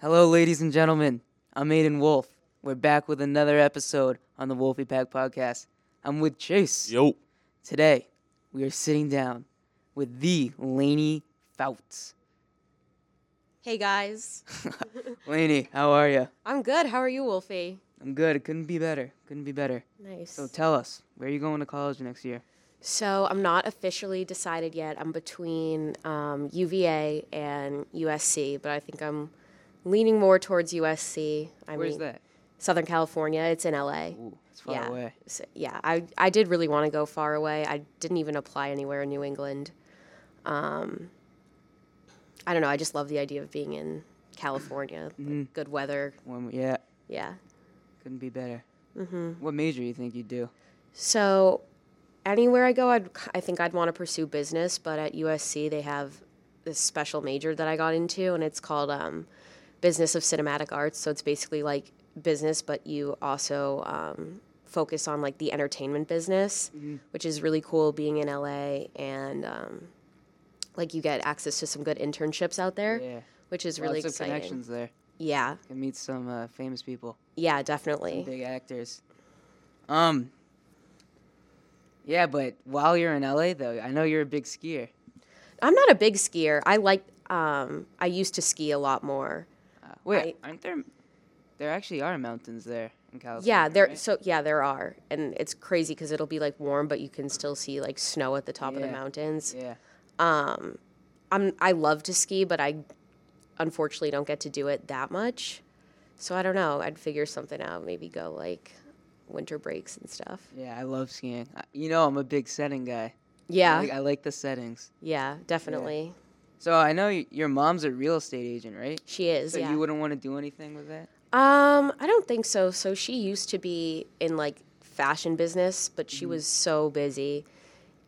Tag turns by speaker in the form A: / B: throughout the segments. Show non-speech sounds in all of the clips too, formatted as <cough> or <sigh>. A: Hello, ladies and gentlemen. I'm Aiden Wolf. We're back with another episode on the Wolfie Pack Podcast. I'm with Chase.
B: Yo.
A: Today, we are sitting down with the Laney Fouts. <laughs>
C: Hey guys,
A: Laney, how are you?
C: I'm good. How are you, Wolfie?
A: I'm good. Couldn't be better. Couldn't be better.
C: Nice.
A: So
C: So,
A: tell us, where are you going to college next year?
C: I'm not officially decided yet. I'm between um, UVA and USC, but I think I'm leaning more towards USC. I
A: Where's
C: mean,
A: that?
C: Southern California. It's in LA.
A: Ooh, it's far
C: yeah.
A: away.
C: So, yeah, I I did really want to go far away. I didn't even apply anywhere in New England. Um, I don't know. I just love the idea of being in California, like,
A: Mm.
C: good weather.
A: Warm- yeah,
C: Yeah.
A: couldn't be better. Mm-hmm. What major you think you'd do?
C: So, anywhere I go, I'd, I think I'd want to pursue business, but at USC, they have this special major that I got into, and it's called um, Business of Cinematic Arts. So, it's basically like business, but you also um, focus on like the entertainment business,
A: Mm-hmm.
C: which is really cool being in LA and. Um, like you get access to some good internships out there,
A: Yeah.
C: which is really
A: Lots of
C: exciting.
A: connections there.
C: Yeah,
A: Can meet some uh, famous people.
C: yeah, definitely.
A: big actors. Um. Yeah, but while you're in LA, though, I know you're a big skier.
C: I'm not a big skier. I like. Um, I used to ski a lot more.
A: Uh, wait, aren't there? There actually are mountains there in California.
C: Yeah, there.
A: right?
C: So yeah, there are, and it's crazy because it'll be like warm, but you can still see like snow at the top of the
A: Yeah.
C: mountains. Um,
A: Yeah.
C: I'm I love to ski, but I unfortunately don't get to do it that much. So I don't know. I'd figure something out. Maybe go like winter breaks and stuff.
A: Yeah, I love skiing. I- You know, I'm a big setting guy. I
C: Yeah,
A: like, I like the settings.
C: yeah, definitely.
A: So I know y- your mom's a real estate agent, right?
C: She is.
A: So
C: yeah.
A: you wouldn't want to do anything with that?
C: Um, I don't think so. So she used to be in like fashion business, but she was so busy.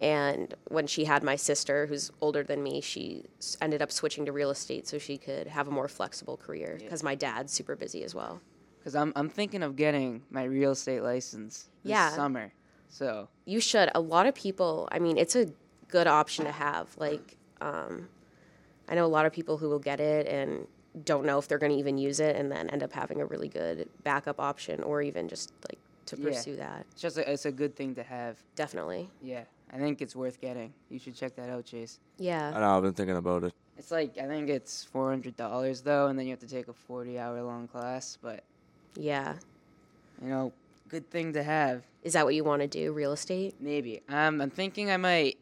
C: And when she had my sister, who's older than me, she s- ended up switching to real estate so she could have a more flexible career because my dad's super busy as well.
A: Because I'm, I'm thinking of getting my real estate license this
C: Yeah.
A: summer. So
C: You should. A lot of people, I mean, it's a good option to have. Like, um, I know a lot of people who will get it and don't know if they're going to even use it and then end up having a really good backup option or even just like to
A: Yeah.
C: pursue that.
A: it's just a, it's a good thing to have.
C: Definitely.
A: Yeah, I think it's worth getting. You should check that out, Chase.
C: Yeah.
B: I know, I've been thinking about it.
A: It's like I think it's four hundred dollars though, and then you have to take a forty-hour-long class. But
C: Yeah.
A: you know, good thing to have.
C: Is that what you want to do, real estate?
A: Maybe um, I'm thinking I might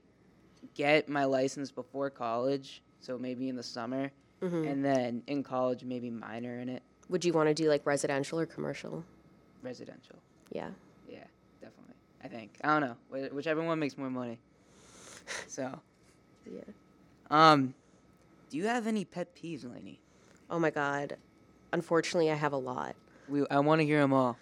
A: get my license before college, so maybe in the summer,
C: Mm-hmm. Mm.
A: and then in college maybe minor in it,
C: Would you want to do like residential or commercial?
A: residential.
C: Yeah.
A: Yeah, definitely. I think I don't know wh- whichever one makes more
C: <laughs>
A: money. So,
C: Yeah.
A: um, do you have any pet peeves, Lainey?
C: Oh my God. Unfortunately, I have a lot.
A: We I want to hear them all.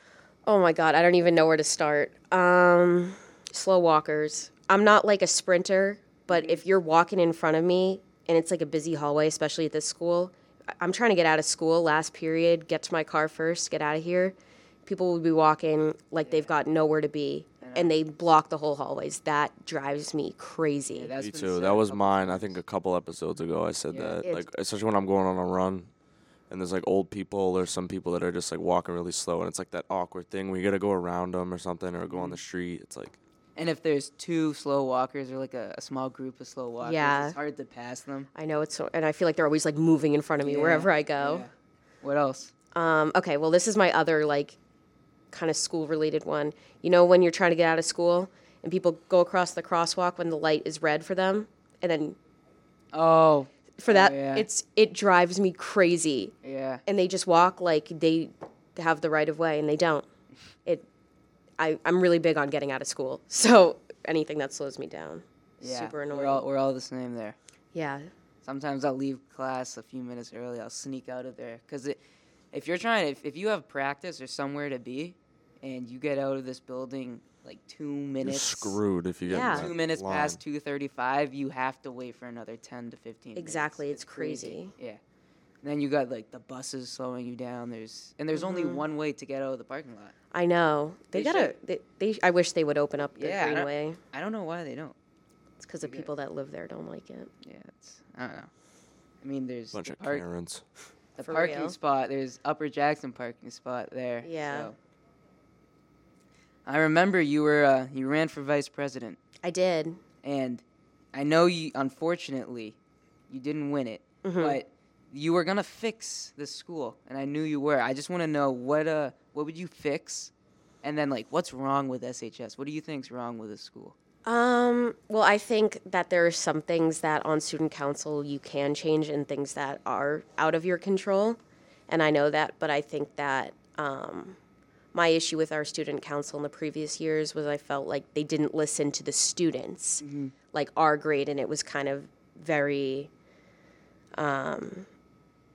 C: Oh my God. I don't even know where to start. Um, slow walkers. I'm not like a sprinter, but if you're walking in front of me and it's like a busy hallway, especially at this school, I- I'm trying to get out of school last period, get to my car first, get out of here. People will be walking like they've got nowhere to be and they block the whole hallways. That drives me crazy.
A: Yeah, that's
B: Me
A: been
B: too.
A: said
B: That
A: a
B: was
A: couple
B: mine. I think a couple episodes ago I said
A: Yeah.
B: that.
C: It's-
B: Like especially when I'm going on a run and there's like old people or some people that are just like walking really slow and it's like that awkward thing where you got to go around them or something or go
A: Mm-hmm.
B: on the street. It's like
A: And if there's two slow walkers or like a, a small group of slow walkers,
C: Yeah.
A: it's hard to pass them.
C: I know it's so, and I feel like they're always like moving in front of me
A: Yeah,
C: wherever I go.
A: yeah. What else?
C: Um, okay, well, this is my other like kind of school related one. You know, when you're trying to get out of school and people go across the crosswalk when the light is red for them, and then
A: Oh,
C: for that,
A: yeah.
C: it's it drives me crazy.
A: yeah.
C: And they just walk like they have the right of way, and they don't. It, I, I'm really big on getting out of school, <laughs> so anything that slows me down, is
A: yeah.
C: super annoying.
A: We're all, we're all the same there.
C: yeah,
A: Sometimes I'll leave class a few minutes early. I'll sneak out of there. Because if you're trying, if, if you have practice or somewhere to be and you get out of this building like two
B: you're
A: minutes,
B: screwed if you get in
C: Yeah.
B: that
A: two minutes
B: line.
A: past 2.35, you have to wait for another 10 to 15 minutes.
C: Exactly, it's crazy.
A: Yeah. And then you got like the buses slowing you down. There's And there's only
C: Mm-hmm.
A: one way to get out of the parking lot.
C: I know they,
A: They
C: gotta. They, they, I wish they would open up the
A: Yeah, I don't-
C: greenway.
A: I don't know why they don't.
C: It's because the people that live there don't like it.
A: Yeah, it's I don't know. I mean, there's
B: bunch
A: the
B: of
A: park.
B: Karens.
A: the
C: For
A: parking
C: real?
A: spot. There's Upper Jackson parking spot there.
C: Yeah.
A: so. I remember you were uh, you ran for vice president,
C: I did.
A: and I know you. Unfortunately, you didn't win it,
C: Mm-hmm.
A: but you were gonna fix the school, and I knew you were. I just want to know what uh what would you fix, and then like what's wrong with SHS? What do you think's wrong with the school?
C: Um, well, I think that there are some things that on student council you can change and things that are out of your control. And I know that, but I think that um, my issue with our student council in the previous years was I felt like they didn't listen to the students, like our grade, and it was kind of very, um,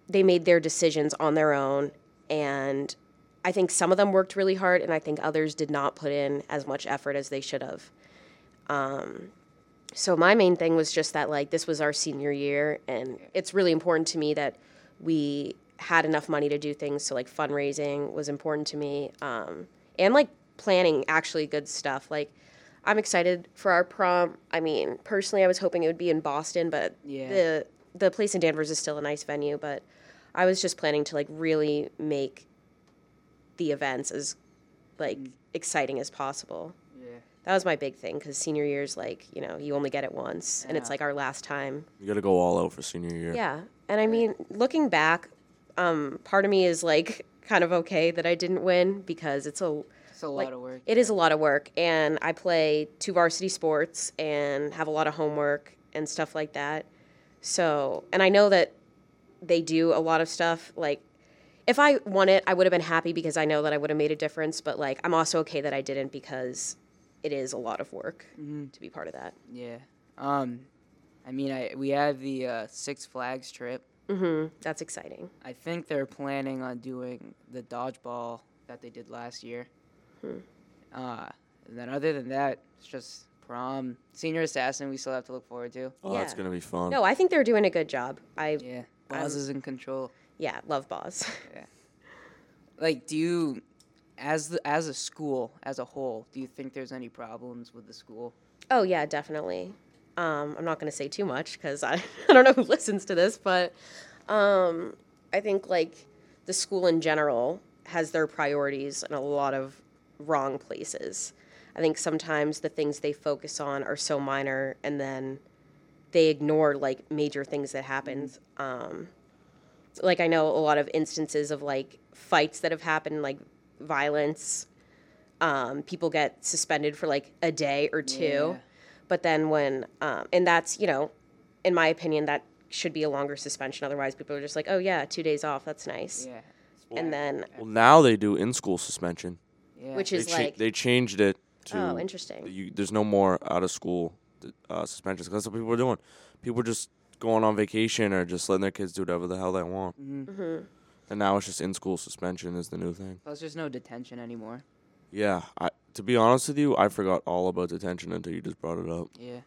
C: they made their decisions on their own. And I think some of them worked really hard, and I think others did not put in as much effort as they should have Um, so my main thing was just that like this was our senior year and it's really important to me that we had enough money to do things so like fundraising was important to me um, and like planning actually good stuff like i'm excited for our prom i mean personally i was hoping it would be in boston but
A: Yeah.
C: the the place in danvers is still a nice venue but i was just planning to like really make the events as like exciting as possible
A: Yeah.
C: that was my big thing because senior year's like you know you only get it once and it's
A: Yeah.
C: like our last time
B: You got to go all out for senior year.
C: yeah and i mean looking back um, part of me is like <laughs> kind of okay that i didn't win because it's a
A: It's a lot of work.
C: it is a lot of work and i play two varsity sports and have a lot of homework and stuff like that so and i know that they do a lot of stuff like if i won it i would have been happy because i know that i would have made a difference but like i'm also okay that i didn't because it is a lot of work to be part of that
A: Yeah. Um, I mean, I we have the uh, Six Flags trip.
C: hmm that's exciting
A: I think they're planning on doing the dodgeball that they did last year. Uh, and then other than that, it's just prom, senior assassin. We still have to look forward to.
B: Oh, that's
C: Yeah.
B: gonna be fun.
C: no i think they're doing a good job i yeah,
A: Yeah, Boz is in control.
C: love boss <laughs>
A: Like, do you, as the as a school as a whole, do you think there's any problems with the school?
C: Oh yeah, definitely. Um, I'm not going to say too much because I, <laughs> I don't know who listens to this, but um, I think like the school in general has their priorities in a lot of wrong places. I think sometimes the things they focus on are so minor, and then they ignore like major things that happened. Um, like I know a lot of instances of like fights that have happened, like violence. Um, people get suspended for like a day or two,
A: Yeah.
C: but then when um, and that's you know, in my opinion, that should be a longer suspension. Otherwise, people are just like, oh yeah, two days off, that's nice.
A: Yeah,
C: And then
B: Well, now they do in-school suspension.
A: yeah.
C: which
B: They,
C: is like,
B: they changed it to.
C: oh, interesting.
B: You, there's no more out-of-school uh, suspensions. 'cause that's what people are doing. People are just going on vacation or just letting their kids do whatever the hell they want.
C: Mhm.
B: And now it's just in-school suspension is the new thing.
A: Plus, there's no detention anymore.
B: Yeah. I, to be honest with you, I forgot all about detention until you just brought it up.
A: Yeah.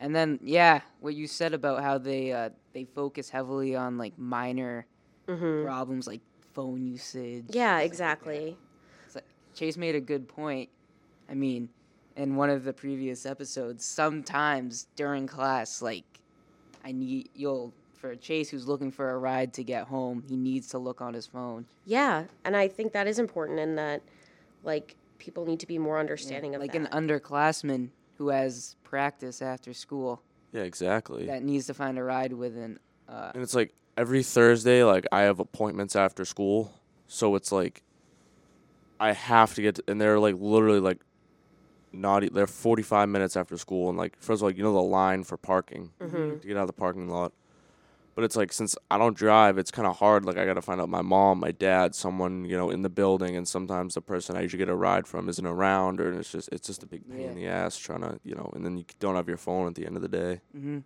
A: And then yeah, what you said about how they uh, they focus heavily on like minor problems like phone usage.
C: Mm-hmm. Yeah, exactly.
A: It's like- Chase made a good point. I mean, in one of the previous episodes, sometimes during class, like I need you'll for Chase who's looking for a ride to get home, he needs to look on his phone.
C: Yeah, and I think that is important, and that like people need to be more understanding of
A: like
C: that.
A: an underclassman who has practice after school
B: Yeah, exactly.
A: that needs to find a ride with an uh,
B: And it's like every Thursday, like I have appointments after school, so it's like I have to get. To, and they're like literally like naughty. They're forty five minutes after school, and like first of all, you know the line for parking to get out of the parking lot. But it's like since I don't drive, it's kind of hard. Like I gotta find out my mom, my dad, someone you know in the building, and sometimes the person I usually get a ride from isn't around, or it's just it's just a big pain in the ass trying to you know. And then you don't have your phone at the end of the day.
A: mm-hmm.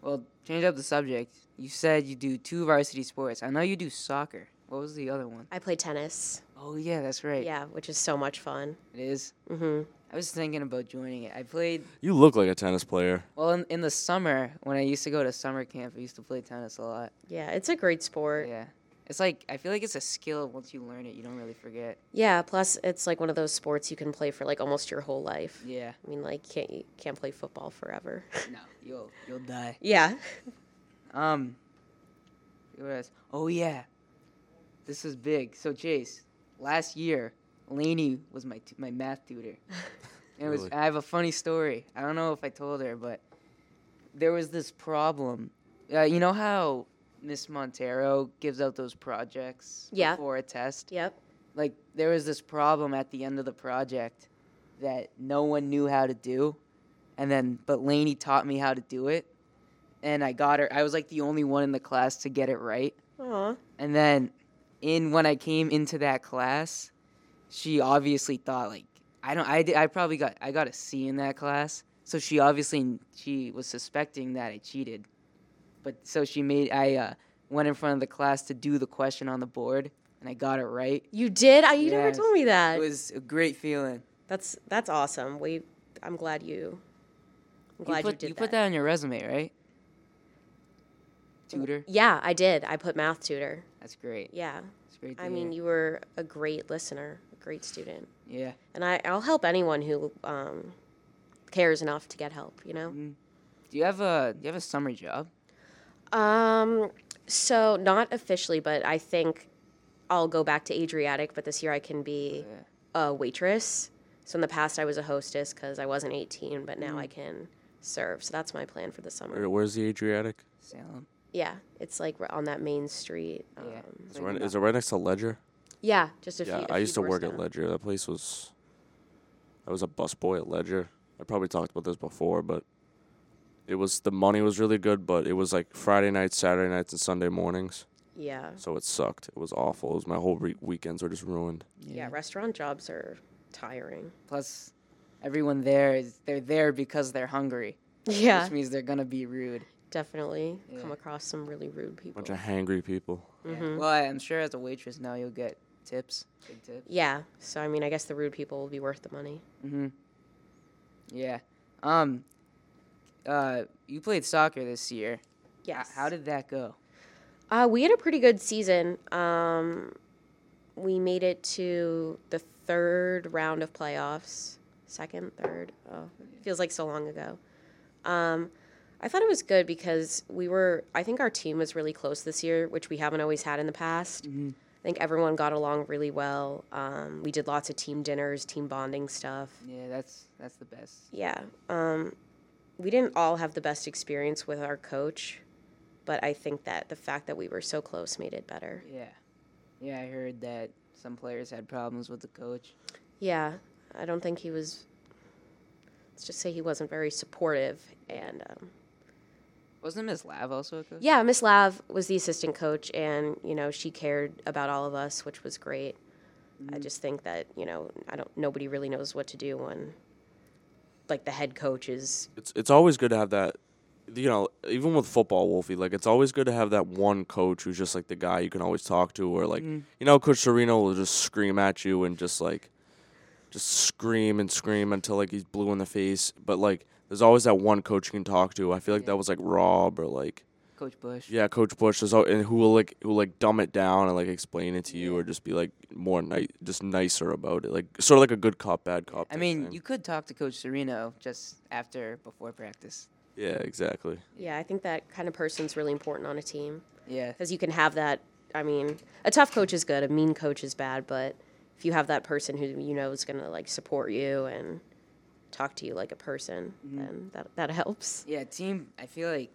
A: Well, change up the subject. You said you do two varsity sports. I know you do soccer. What was the other one?
C: I play tennis,
A: Oh yeah, that's right.
C: yeah, which is so much fun. Mm-hmm.
A: It is. I was thinking about joining it. I played
B: You look like a tennis player.
A: well in, in the summer when I used to go to summer camp. I used to play tennis a lot.
C: Yeah, it's a great sport.
A: Yeah. It's like I feel like it's a skill once you learn it, you don't really forget.
C: Yeah, plus it's like one of those sports you can play for like almost your whole life.
A: Yeah.
C: I mean, like can't you can't play
A: <laughs>
C: football forever.
A: No, you'll you'll die.
C: yeah.
A: Um what else? Oh yeah, this is big. So Chase, last year, Lainey was my t- my math tutor. And it was,
B: Really?
A: I have a funny story. I don't know if I told her, but there was this problem. Uh, you know how Miss Montero gives out those projects
C: Yeah.
A: before a test?
C: Yep.
A: like there was this problem at the end of the project that no one knew how to do and then but Lainey taught me how to do it and I got her I was like the only one in the class to get it right
C: Aw.
A: and then in when I came into that class she obviously thought like I don't I, di- I probably got I got a C in that class so she obviously she was suspecting that I cheated but so she made I uh, went in front of the class to do the question on the board and I got it right
C: You did? I, you never
A: Yes.
C: told me that.
A: it was a great feeling.
C: that's that's awesome. We I'm glad you I'm glad
A: you
C: you,
A: put,
C: did
A: put that on your resume, right? Tutor.
C: Yeah, I did. I put math tutor.
A: That's great.
C: Yeah.
A: That's great. To
C: I mean,
A: hear.
C: you were a great listener, a great student.
A: yeah.
C: And I, I'll help anyone who um, cares enough to get help, you know?
A: Mm-hmm. Do you have a Do you have a summer job?
C: Um, so, not officially, but I think I'll go back to Adriatic, but this year I can be a waitress. So, in the past, I was a hostess because I wasn't 18, but
A: Mm.
C: now I can serve. So, that's my plan for the summer.
B: Where- Where's the Adriatic?
A: Salem.
C: Yeah, it's like r- on that main street. Um,
A: Yeah.
B: Is it, right, is it right next to Ledger?
C: yeah, just a few.
B: Yeah,
C: a
B: I used to
C: few
B: work
C: doors
B: at
C: down.
B: Ledger. That place was. I was a busboy at Ledger. I probably talked about this before, but it was the money was really good, but it was like Friday nights, Saturday nights, and Sunday mornings.
C: Yeah.
B: So it sucked. It was awful. It was my whole re- weekends were just ruined.
C: Yeah, restaurant jobs are tiring.
A: Plus, everyone there is they're there because they're hungry,
C: Yeah.
A: which means they're gonna be rude.
C: definitely come
A: Yeah.
C: across some really rude people.
B: Bunch of hangry people.
A: Yeah.
C: Mm-hmm.
A: Well, I, I'm sure as a waitress now you'll get tips, big tips.
C: Yeah. So I mean, I guess the rude people will be worth the money.
A: Yeah. Um. Uh, you played soccer this year. H-
C: Yes.
A: How did that go?
C: Uh, we had a pretty good season. Um, we made it to the third round of playoffs. Second, third. Oh, it feels like so long ago. Um, I thought it was good because we were. I think our team was really close this year, which we haven't always had in the past. I think everyone got along really well. Um, we did lots of team dinners, team bonding stuff.
A: Yeah, that's that's the best.
C: Yeah. Um, we didn't all have the best experience with our coach, but I think that the fact that we were so close made it better.
A: Yeah. Yeah, I heard that some players had problems with the coach.
C: Yeah. I don't think he was, let's just say he wasn't very supportive. And um,
A: Wasn't Miss Lav also a coach?
C: yeah, Miss Lav was the assistant coach, and, you know, she cared about all of us, which was great. I just think that, you know, I don't, nobody really knows what to do when, like, the head coach is,
B: It's it's always good to have that. You know, even with football, Wolfie, like it's always good to have that one coach who's just like the guy you can always talk to, or
A: Mm-hmm.
B: like you know, Coach Sereno will just scream at you and just like, just scream and scream until like he's blue in the face. But like, there's always that one coach you can talk to. I feel like that was like Rob or like
A: Coach Bush.
B: yeah, Coach Bush is all, and who will like who will, like dumb it down and like explain it to you, or just be like more nice, just nicer about it, like sort of like a good cop, bad cop.
A: I
B: type
A: mean,
B: thing.
A: you could talk to Coach Sereno just after, before practice.
B: yeah, exactly.
C: yeah, I think that kind of person's really important on a team.
A: Yeah.
C: because you can have that. I mean, a tough coach is good, a mean coach is bad, but if you have that person who you know is gonna like support you and talk to you like a person,
A: Mm-hmm.
C: then that that helps.
A: Yeah, team, I feel like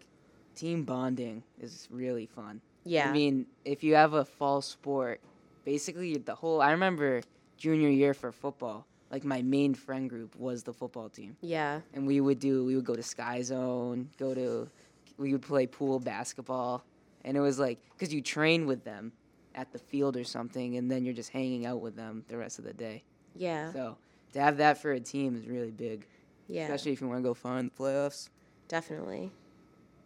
A: team bonding is really fun. <laughs>
C: Yeah.
A: I mean, if you have a fall sport, basically the whole, I remember junior year for football, like my main friend group was the football team.
C: Yeah,
A: and we would do we would go to sky zone go to we would play pool basketball and it was like because you train with them at the field or something and then you're just hanging out with them the rest of the day
C: yeah,
A: so to have that for a team is really big
C: yeah,
A: especially if you want to go far in the playoffs
C: definitely.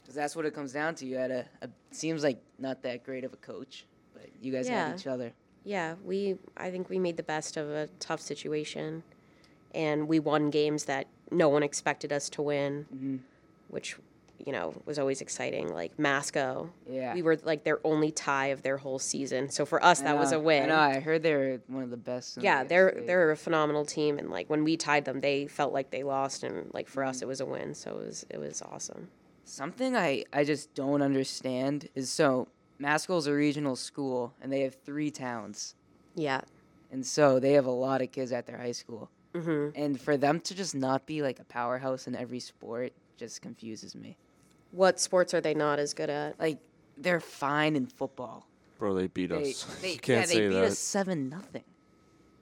A: because that's what it comes down to you had a, a seems like not that great of a coach but you guys
C: Yeah.
A: had each other
C: Yeah, we I think we made the best of a tough situation, and we won games that no one expected us to win,
A: Mm-hmm.
C: which you know was always exciting. Like Masco,
A: Yeah.
C: we were like their only tie of their whole season, so for us that
A: I
C: was
A: know-
C: a win.
A: i know i heard they're one of the best in the
C: Yeah, they're
A: state.
C: they're a phenomenal team, and like when we tied them, they felt like they lost, and like for us, it was a win. So it was it was awesome.
A: Something I, I just don't understand is so Maskell's a regional school, and they have three towns,
C: Yeah.
A: and so they have a lot of kids at their high school.
C: hmm
A: And for them to just not be like a powerhouse in every sport just confuses me.
C: What sports are they not as good at?
A: Like they're fine in football.
B: Bro, they beat
A: They,
B: us. <laughs>
A: they
B: you can't
A: yeah, they
B: say
A: beat
B: that.
A: us seven nothing.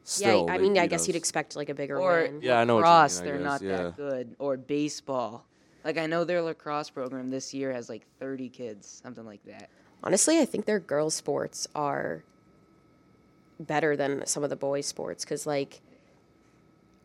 B: Still,
C: yeah, I
B: they
C: mean, I
B: beat
C: guess you'd
B: us.
C: expect like a bigger
A: Or
C: win.
B: Yeah, I know what you mean,
A: lacrosse,
B: I
A: they're
B: guess,
A: not
B: yeah.
A: that good. Or baseball. Like I know their lacrosse program this year has like 30 kids, something like that.
C: Honestly, I think their girls' sports are better than some of the boys' sports because, like,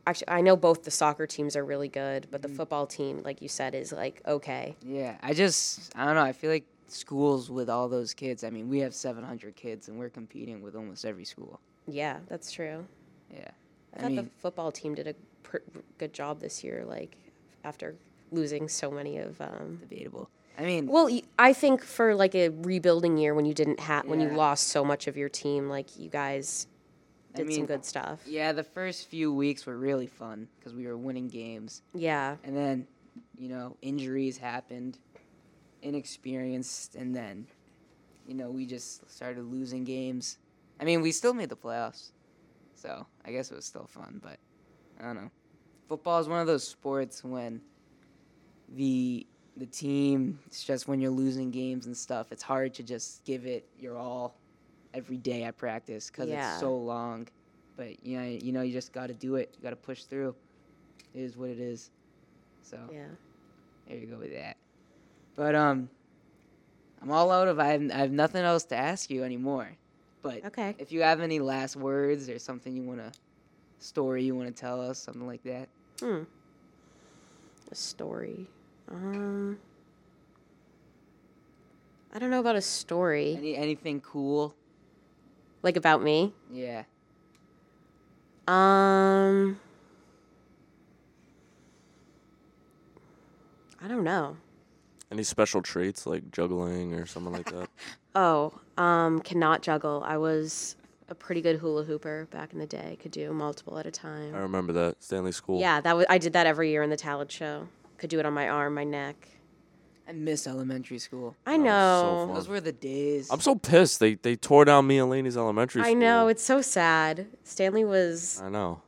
C: actually, I know both the soccer teams are really good, but the football team, like you said, is like okay.
A: Yeah, I just I don't know. I feel like schools with all those kids. I mean, we have 700 kids, and we're competing with almost every school.
C: Yeah, that's true.
A: Yeah,
C: I,
A: I
C: thought the
A: mean-
C: football team did a pr- good job this year, like after losing so many of. Um,
A: debatable. I mean,
C: well, y- I think for like a rebuilding year when you didn't have when you
A: Yeah.
C: lost so much of your team, like you guys
A: I
C: did some
A: mean,
C: good stuff.
A: yeah, the first few weeks were really fun because we were winning games,
C: Yeah,
A: and then, you know, injuries happened, inexperienced, and then, you know, we just started losing games. I mean, we still made the playoffs, so I guess it was still fun. But I don't know. Football is one of those sports when the the team it's just when you're losing games and stuff it's hard to just give it your all every day at practice because
C: Yeah.
A: it's so long but you know you know you just got to do it you got to push through it is what it is so
C: yeah.
A: there you go with that but um i'm all out of i have, I have nothing else to ask you anymore but
C: Okay.
A: if you have any last words or something you want to story you want to tell us something like that
C: Hmm. A story. Um. I don't know about a story.
A: any anything cool
C: Like about me.
A: yeah
C: Um. I don't know.
B: Any special traits like juggling or something like
C: <laughs>
B: that?
C: Oh, um, cannot juggle. I was a pretty good hula hooper back in the day. Could do multiple at a
B: I
C: time.
B: remember that Stanley School.
C: Yeah, that was. I did that every year in the talent show. Could do it on my arm, my neck.
A: I miss elementary school.
C: I
B: That was so
C: know.
B: fun.
A: Those were the days.
B: I'm so pissed. They they tore down me and Laney's elementary
C: I
B: school.
C: know it's so sad. Stanley was
B: I know.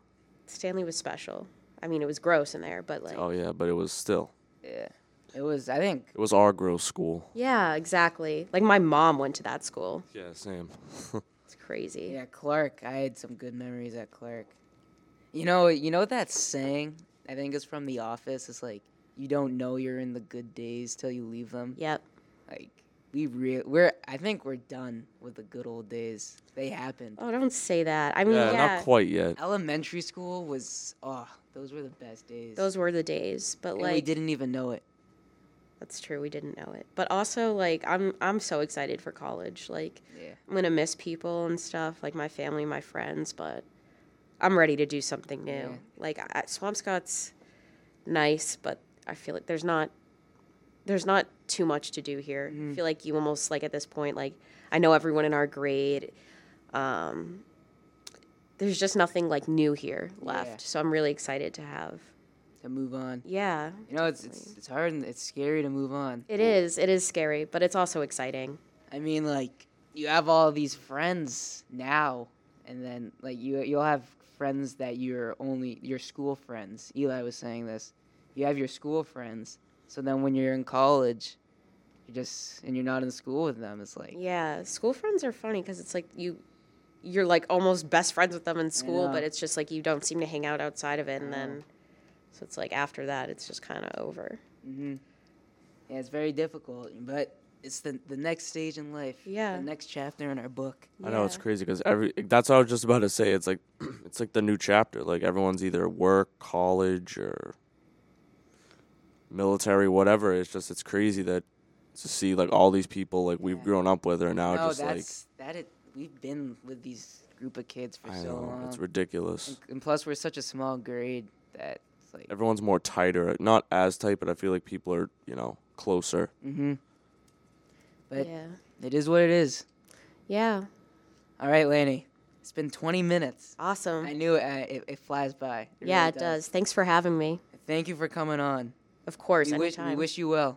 C: Stanley was special. I mean, it was gross in there, but like,
B: Oh yeah, but it was still.
A: yeah. It was, I think,
B: It was our girls' school.
C: yeah, exactly. Like my mom went to that school.
B: Yeah, same. <laughs>
C: It's crazy.
A: yeah, Clark. I had some good memories at Clark. You know, you know that saying? I think it's from The Office. It's like, you don't know you're in the good days till you leave them.
C: Yep.
A: Like, we re- we're, I think we're done with the good old days. They happened.
C: Oh, don't say that. I mean,
B: yeah,
C: yeah,
B: not quite yet.
A: Elementary school was, oh, those were the best days.
C: those were the days, but
A: and
C: like,
A: we didn't even know it.
C: that's true. We didn't know it, but also like, I'm I'm so excited for college. Like,
A: Yeah.
C: I'm gonna miss people and stuff, like my family, my friends, but I'm ready to do something new.
A: Yeah.
C: Like I, Swampscott's nice, but I feel like there's not there's not too much to do here.
A: Mm-hmm.
C: I feel like you almost like at this point, like I know everyone in our grade. Um, there's just nothing like new here left,
A: Yeah.
C: so I'm really excited to have.
A: To move on.
C: Yeah,
A: You know, it's, it's, it's hard and it's scary to move on.
C: it is. It is scary, but it's also exciting.
A: I mean, like you have all these friends now, and then like you you'll have friends that you're only your school friends. Eli was saying this. You have your school friends, so then when you're in college, you just and you're not in school with them. It's like
C: Yeah, school friends are funny because it's like you, you're like almost best friends with them in school,
A: know.
C: but it's just like you don't seem to hang out outside of it, and then, so it's like after that, it's just kind of over.
A: hmm yeah, it's very difficult, but it's the the next stage in life.
C: Yeah.
A: the next chapter in our book.
B: I know it's
C: Yeah.
B: crazy because every that's what I was just about to say. It's like <clears throat> it's like the new chapter. Like everyone's either work, college, or military, whatever. It's just it's crazy that to see like all these people like we've
A: Yeah.
B: grown up with are now
A: no,
B: just like
A: Oh, that's that. It we've been with these group of kids for
B: I
A: so
B: know
A: long,
B: it's ridiculous.
A: and, and plus we're such a small grade that it's like.
B: Everyone's more tighter, not as tight, but I feel like people are you know closer.
A: Mm-hmm. But
C: yeah,
A: it is what it is.
C: yeah,
A: All right, Lanny. It's been 20 minutes.
C: awesome.
A: I knew it, uh, it, it flies by.
C: yeah,
A: really
C: it does. Thanks for having me.
A: Thanks. Thank you for coming on.
C: Of course,
A: We wish,
C: anytime.
A: we wish you well.